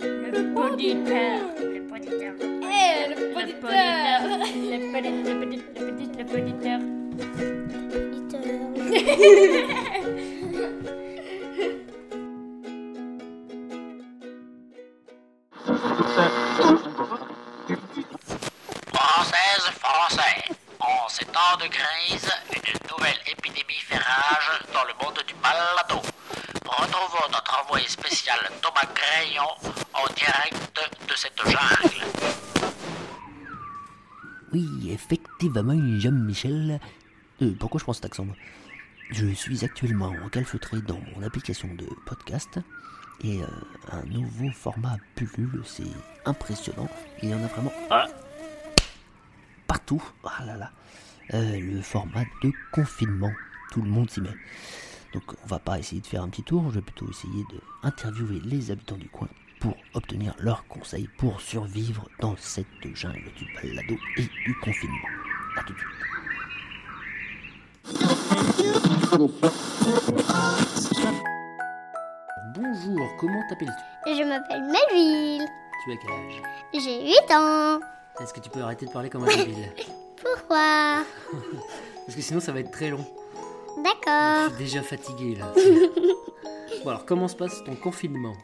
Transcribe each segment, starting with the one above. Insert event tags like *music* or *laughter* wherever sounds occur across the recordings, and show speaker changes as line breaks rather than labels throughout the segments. Le poditeur. Le poditeur.
Eh, le
Le
poditeur.
poditeur. Le podi- le podi- le podi- le poditeur.
Française, Français, en ces temps de crise, une nouvelle épidémie fait rage dans le monde du balado. Retrouvons notre envoyé spécial Thomas Crayon en direct de cette jungle.
Oui, effectivement, Jean-Michel. Euh, pourquoi je prends cet accent moi Je suis actuellement calfeutré dans mon application de podcast et euh, un nouveau format pullule, c'est impressionnant. Il y en a vraiment ah, partout. Ah là là. Euh, le format de confinement, tout le monde s'y met. Donc on va pas essayer de faire un petit tour, je vais plutôt essayer de interviewer les habitants du coin pour obtenir leurs conseils pour survivre dans cette jungle du balado et du confinement. A tout de suite. Bonjour, comment t'appelles-tu
Je m'appelle Melville.
Tu as quel âge
J'ai 8 ans.
Est-ce que tu peux arrêter de parler comme un débile
Pourquoi
Parce que sinon ça va être très long. Je
D'accord.
suis déjà fatigué là. bon alors comment se passe ton confinement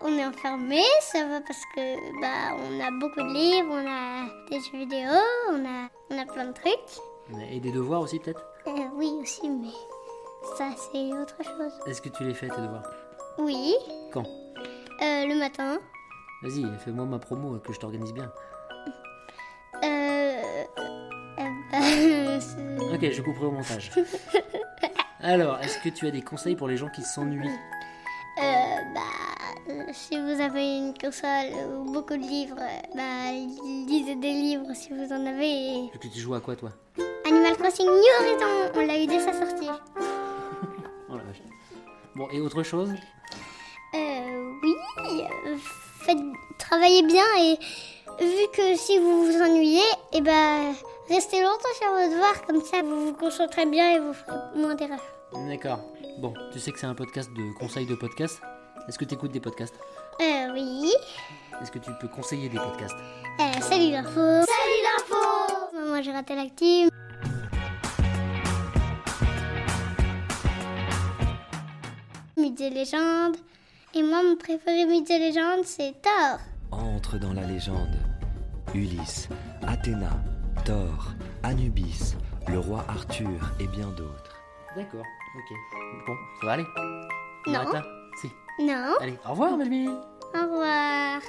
On est enfermés, ça va parce que bah on a beaucoup de livres, on a des jeux vidéo, on a, on a plein de trucs.
Et des devoirs aussi peut-être
Euh, oui aussi, mais ça c'est autre chose.
Est-ce que tu les fais tes devoirs
Oui,
Quand
euh, le matin.
Vas-y, fais-moi ma promo que je t'organise bien.
Euh, euh, bah, *laughs* c'est-
Ok, je couperai au montage. Alors, est-ce que tu as des conseils pour les gens qui s'ennuient
euh, bah, euh, si vous avez une console ou beaucoup de livres, euh, bah, lisez des livres si vous en avez. et-
Parce que tu joues à quoi toi
Animal Crossing New Horizon, on l'a eu dès sa sortie.
Oh la vache. Bon, et autre chose
Euh, oui, euh, faites, travaillez bien et vu que si vous vous ennuyez, et ben restez longtemps sur vos devoirs, comme ça vous vous concentrez bien et vous ferez moins d'erreurs.
D'accord. Bon, tu sais que c'est un podcast de conseils de podcast. Est-ce que tu écoutes des podcasts
Euh, oui.
Est-ce que tu peux conseiller des podcasts
Euh, salut l'info. Salut l'info. Moi j'ai raté l'active. Mythes et légendes. Et moi mon préféré mythes et légendes c'est Thor.
Entre dans la légende. Ulysse, Athéna, Thor, Anubis, le roi Arthur et bien d'autres.
D'accord, ok. Bon, ça va aller On
Non.
arrête là Si.
Non.
Allez, au revoir Melville
Au revoir.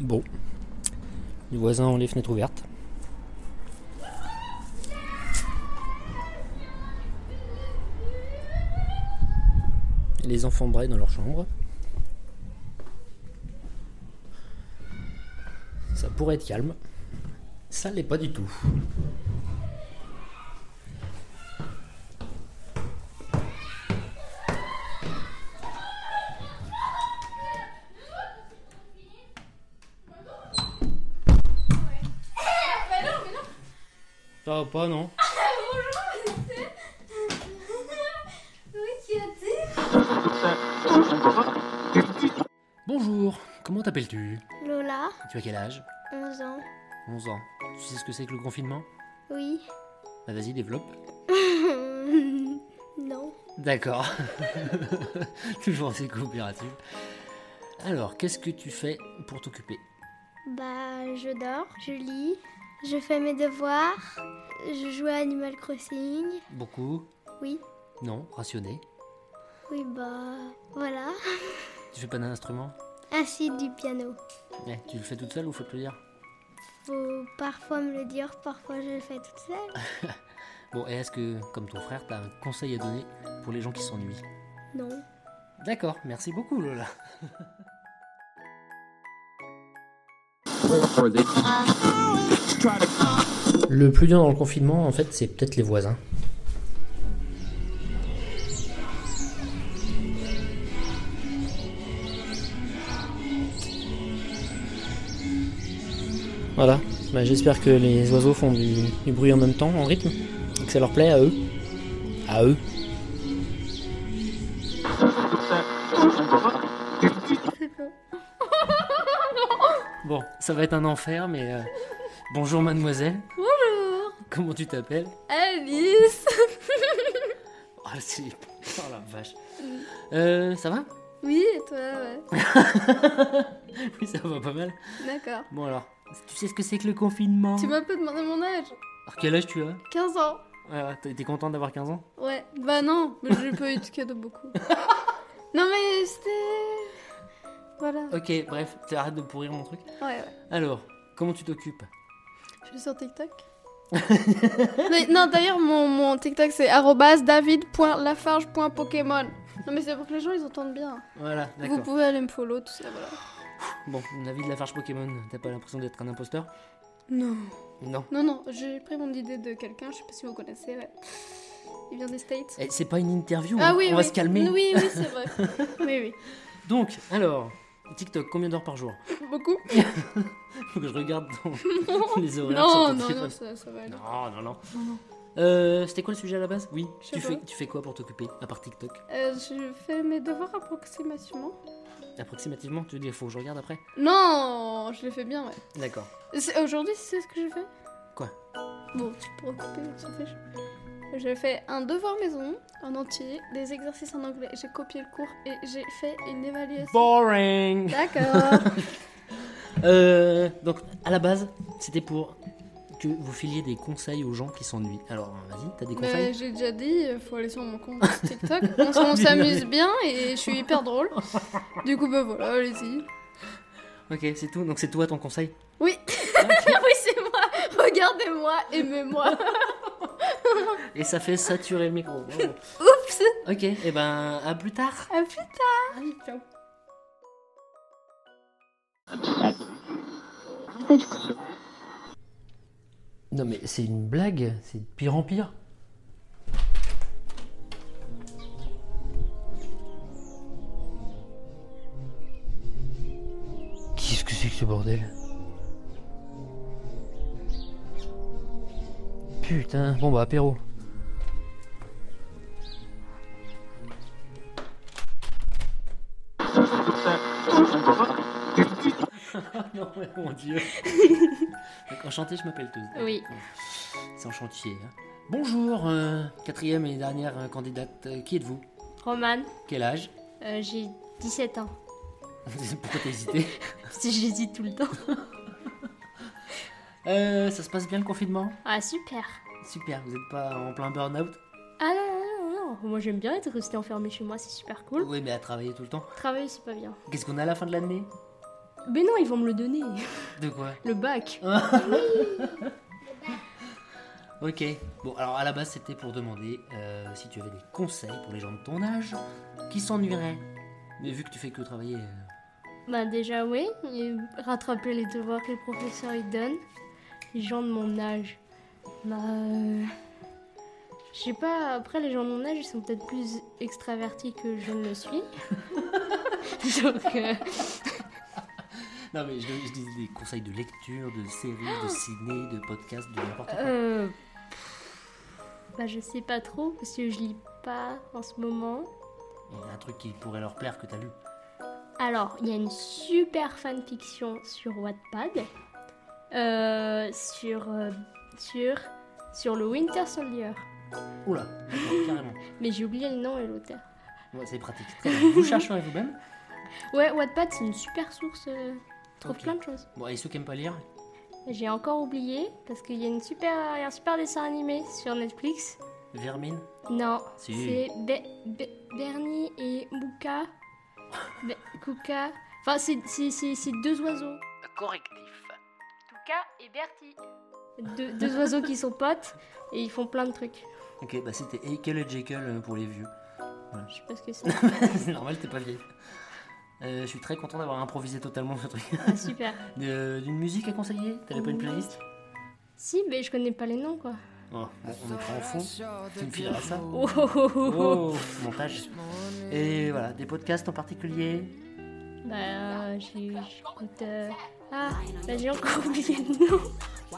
Bon. Les voisins ont les fenêtres ouvertes. Les enfants braillent dans leur chambre. Ça pourrait être calme. Ça l'est pas du tout. Ça va pas, non Bonjour, comment t'appelles-tu
Lola,
Tu as quel âge
11 ans.
11 ans. Tu sais ce que c'est que le confinement
Oui. *laughs*
Bah vas-y, développe.
non.
D'accord. *laughs* Toujours assez coopératif. Alors, qu'est-ce que tu fais pour t'occuper
Bah, je dors, je lis, je fais mes devoirs, je joue à Animal Crossing.
Beaucoup
Oui.
Non, rationné.
Oui, bah, voilà.
Tu fais pas d'instrument
Ainsi du piano.
Eh, Tu le fais toute seule ou faut te le dire
Faut parfois me le dire, parfois je le fais toute seule.
Bon, et est-ce que, comme ton frère, t'as un conseil à donner pour les gens qui s'ennuient
Non.
D'accord, merci beaucoup Lola. Le plus dur dans le confinement, en fait, c'est peut-être les voisins.
Voilà. Bah, J'espère que les oiseaux font du, du bruit en même temps, en rythme, et que ça leur plaît à eux. À eux.
Bon, ça va être un enfer, mais. euh, Bonjour, mademoiselle. Comment tu t'appelles *laughs*
Alice
Oh, c'est. Oh la vache. Euh, ça va *laughs*
Oui, et toi, ouais.
Oui, ça va pas mal.
D'accord.
Bon, alors, tu sais ce que c'est que le confinement
Tu m'as pas demandé mon âge
Alors, quel âge tu as
15 ans
Ah, T'es t'es contente d'avoir 15 ans
Ouais. Bah non, mais j'ai pas eu de
*laughs*
cadeau beaucoup. non mais c'était... Voilà. Ouais,
Ok, bref, arrête de pourrir mon truc.
ouais.
Alors, comment tu t'occupes
Je suis sur TikTok.
*laughs*
Mais non, d'ailleurs, mon, mon TikTok, c'est arrobase david.lafarge.pokémon. Non mais c'est pour que les gens, ils entendent bien.
Voilà,
Vous
d'accord.
pouvez aller me follow, tout ça, voilà.
Bon, la vie de la farge Pokémon, t'as pas l'impression d'être un imposteur
Non.
Non.
Non, non, j'ai pris mon idée de quelqu'un, je sais pas si vous connaissez, ouais. Il vient des States.
Eh, C'est pas une interview,
Ah
hein,
oui,
on
oui.
va se calmer.
Oui, oui, c'est
*laughs*
vrai. oui,
Donc, alors, TikTok, combien d'heures par jour
oui. Beaucoup
Faut que je regarde dans
*laughs*
les horaires sur
Non,
ton
non, non,
téléphone.
ça, ça va aller.
Non, non, non. Euh, C'était quoi le sujet à la base Oui.
Je sais
Tu fais,
pas.
tu fais quoi pour t'occuper À part TikTok
Euh, je fais mes devoirs approximativement.
Approximativement, tu veux dire, faut que je regarde après
Non, je les fais bien, ouais.
D'accord.
C'est- Aujourd'hui, c'est ce que je fais
Quoi
Bon, tu pourras couper, on s'en fiche. J'ai fait un devoir maison en entier, des exercices en anglais, j'ai copié le cours et j'ai fait une évaluation.
Boring *laughs*
D'accord.
euh, Donc, à la base, c'était pour que vous filiez des conseils aux gens qui s'ennuient. Alors, vas-y, t'as des conseils
Mais j'ai déjà dit, euh, faut aller sur mon compte TikTok.
*laughs*
On, s- on s'amuse bien et je suis hyper drôle. Du coup, bah voilà, allez-y.
Ok, c'est tout. Donc, c'est toi ton
*laughs*
conseil
Oui. oui, c'est moi. Regardez-moi, aimez-moi.
Et ça fait saturer le micro. Bravo.
Oups.
ok, et ben, à plus tard
À plus tard.
Non, mais c'est une blague, c'est de pire en pire.
Qu'est-ce que c'est que ce bordel Putain, bon bah apéro.
*laughs* Non, mais mon dieu. Donc, enchanté, je m'appelle tous.
Oui.
C'est en chantier. hein. Bonjour, euh, quatrième et dernière euh, candidate. Euh, qui êtes-vous
Roman,
Quel âge *laughs*
euh, j'ai 17 ans.
Pourquoi t'as hésité
Parce que J'hésite tout le temps.
Euh, Ça se passe bien le confinement
Ah, super.
Super, vous n'êtes pas en plein burn-out
Ah non, non, non, non. Moi, j'aime bien être resté enfermé chez moi, c'est super cool.
Oui, mais à travailler tout le temps.
Travailler, c'est pas bien.
Qu'est-ce qu'on a à la fin de l'année
Mais Ben non, ils vont me le donner.
De quoi
Le bac.
Ok. Bon, alors à la base, c'était pour demander euh, si tu avais des conseils pour les gens de ton âge qui s'ennuieraient. Mais vu que tu fais que travailler. euh,
Bah déjà oui, et rattraper les devoirs que les professeurs ils donnent, les gens de mon âge. Bah euh, je sais pas, après les gens de mon âge ils sont peut-être plus extravertis que je ne le suis. Donc euh,
Non, mais je, je dis des conseils de lecture, de séries, de ciné, de podcast, de n'importe quoi.
euh, bah je sais pas trop parce que je lis pas en ce moment.
Il y a un truc qui pourrait leur plaire que t'as lu.
Alors, il y a une super fanfiction sur Wattpad, euh, sur, euh, sur, sur le Winter Soldier.
Oula, d'accord, carrément.
Mais j'ai oublié le nom et l'auteur.
Ouais, c'est pratique. Très bien. *laughs* Vous chercherez vous-même.
Ouais, Wattpad, c'est une super source. euh, tu trouves
Ok.
plein de choses.
Bon, et ceux qui aiment pas lire
J'ai encore oublié parce qu'il y a une super, il y a un super dessin animé sur Netflix.
Vermine
Non,
Si.
c'est Be- Be- Bernie et Mouka. Be- Kuka. Enfin, c'est, c'est, c'est- c'est deux oiseaux.
Correctif.
Kuka et Bertie. Deux, deux oiseaux qui sont potes et ils font plein de trucs.
Ok, bah c'était Haeckel et Jekyll euh, pour les vieux. Voilà.
Je sais pas ce que c'est.
c'est *laughs* normal, t'es pas vieille. Euh, je suis très content d'avoir improvisé totalement ce truc.
Ah, *laughs* super.
Euh, D'une musique à conseiller T'avais pas une playlist
Si, mais je connais pas les noms quoi.
Oh, bon, on est en fond. Tu me fileras ça
Oh, oh, oh, oh, oh.
Oh, montage. Et voilà, des podcasts en particulier
Bah, j'ai- j'écoute euh,
Ah, là j'ai encore oublié le nom.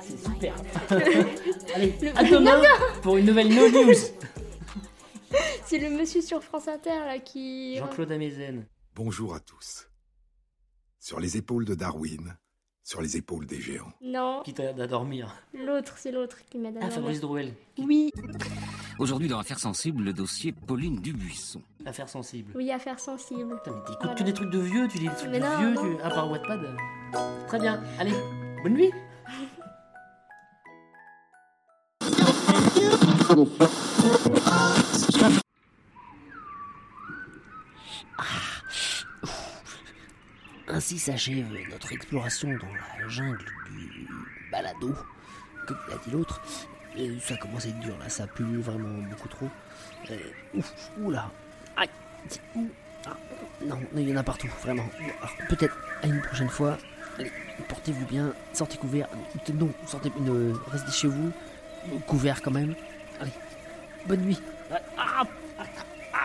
C'est
*laughs*
super. Allez, à demain pour une nouvelle No News.
*laughs* C'est le monsieur sur France Inter là qui.
Jean-Claude Amezen.
Bonjour à tous. Sur les épaules de Darwin, sur les épaules des géants.
Non,
Qui t'aide à dormir.
l'autre, c'est l'autre qui m'aide à
hein. Ah, Fabrice
dormir.
Drouel.
Oui,
Aujourd'hui dans Affaires sensibles, le dossier Pauline Dubuisson.
Affaire sensible.
oui, affaire sensible.
Putain, mais t'écoutes que des trucs de vieux, tu lis des trucs
Ah, Mais
de
non,
vieux,
non.
tu- à part Wattpad. euh. Très bien, allez, bonne nuit.
Ah. Ainsi s'achève notre exploration dans la jungle du balado, comme l'a dit l'autre. Euh, ça commence à être dur là, ça pue vraiment beaucoup trop. Euh, ouf, oula, aïe, ti- ouh, ah, non, il y en a partout, vraiment. Bon, alors, peut-être à une prochaine fois, allez, portez-vous bien, sortez couvert, non, sortez, ne, restez chez vous, couvert quand même. Allez, bonne nuit. Ah, ah,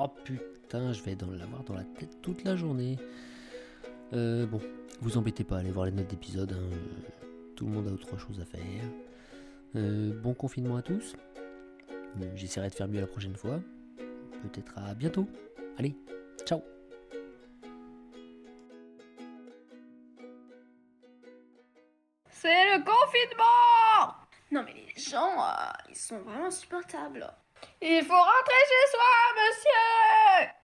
Oh putain, je vais dans- l'avoir dans la tête toute la journée. Euh, bon, vous embêtez pas, allez voir les notes d'épisode. hein, euh, Tout le monde a autre chose à faire. Euh, bon confinement à tous. Euh, J'essaierai de faire mieux la prochaine fois. Peut-être à bientôt. Allez, ciao
C'est le confinement Non mais les gens, euh, ils sont vraiment supportables. Il faut rentrer chez soi, monsieur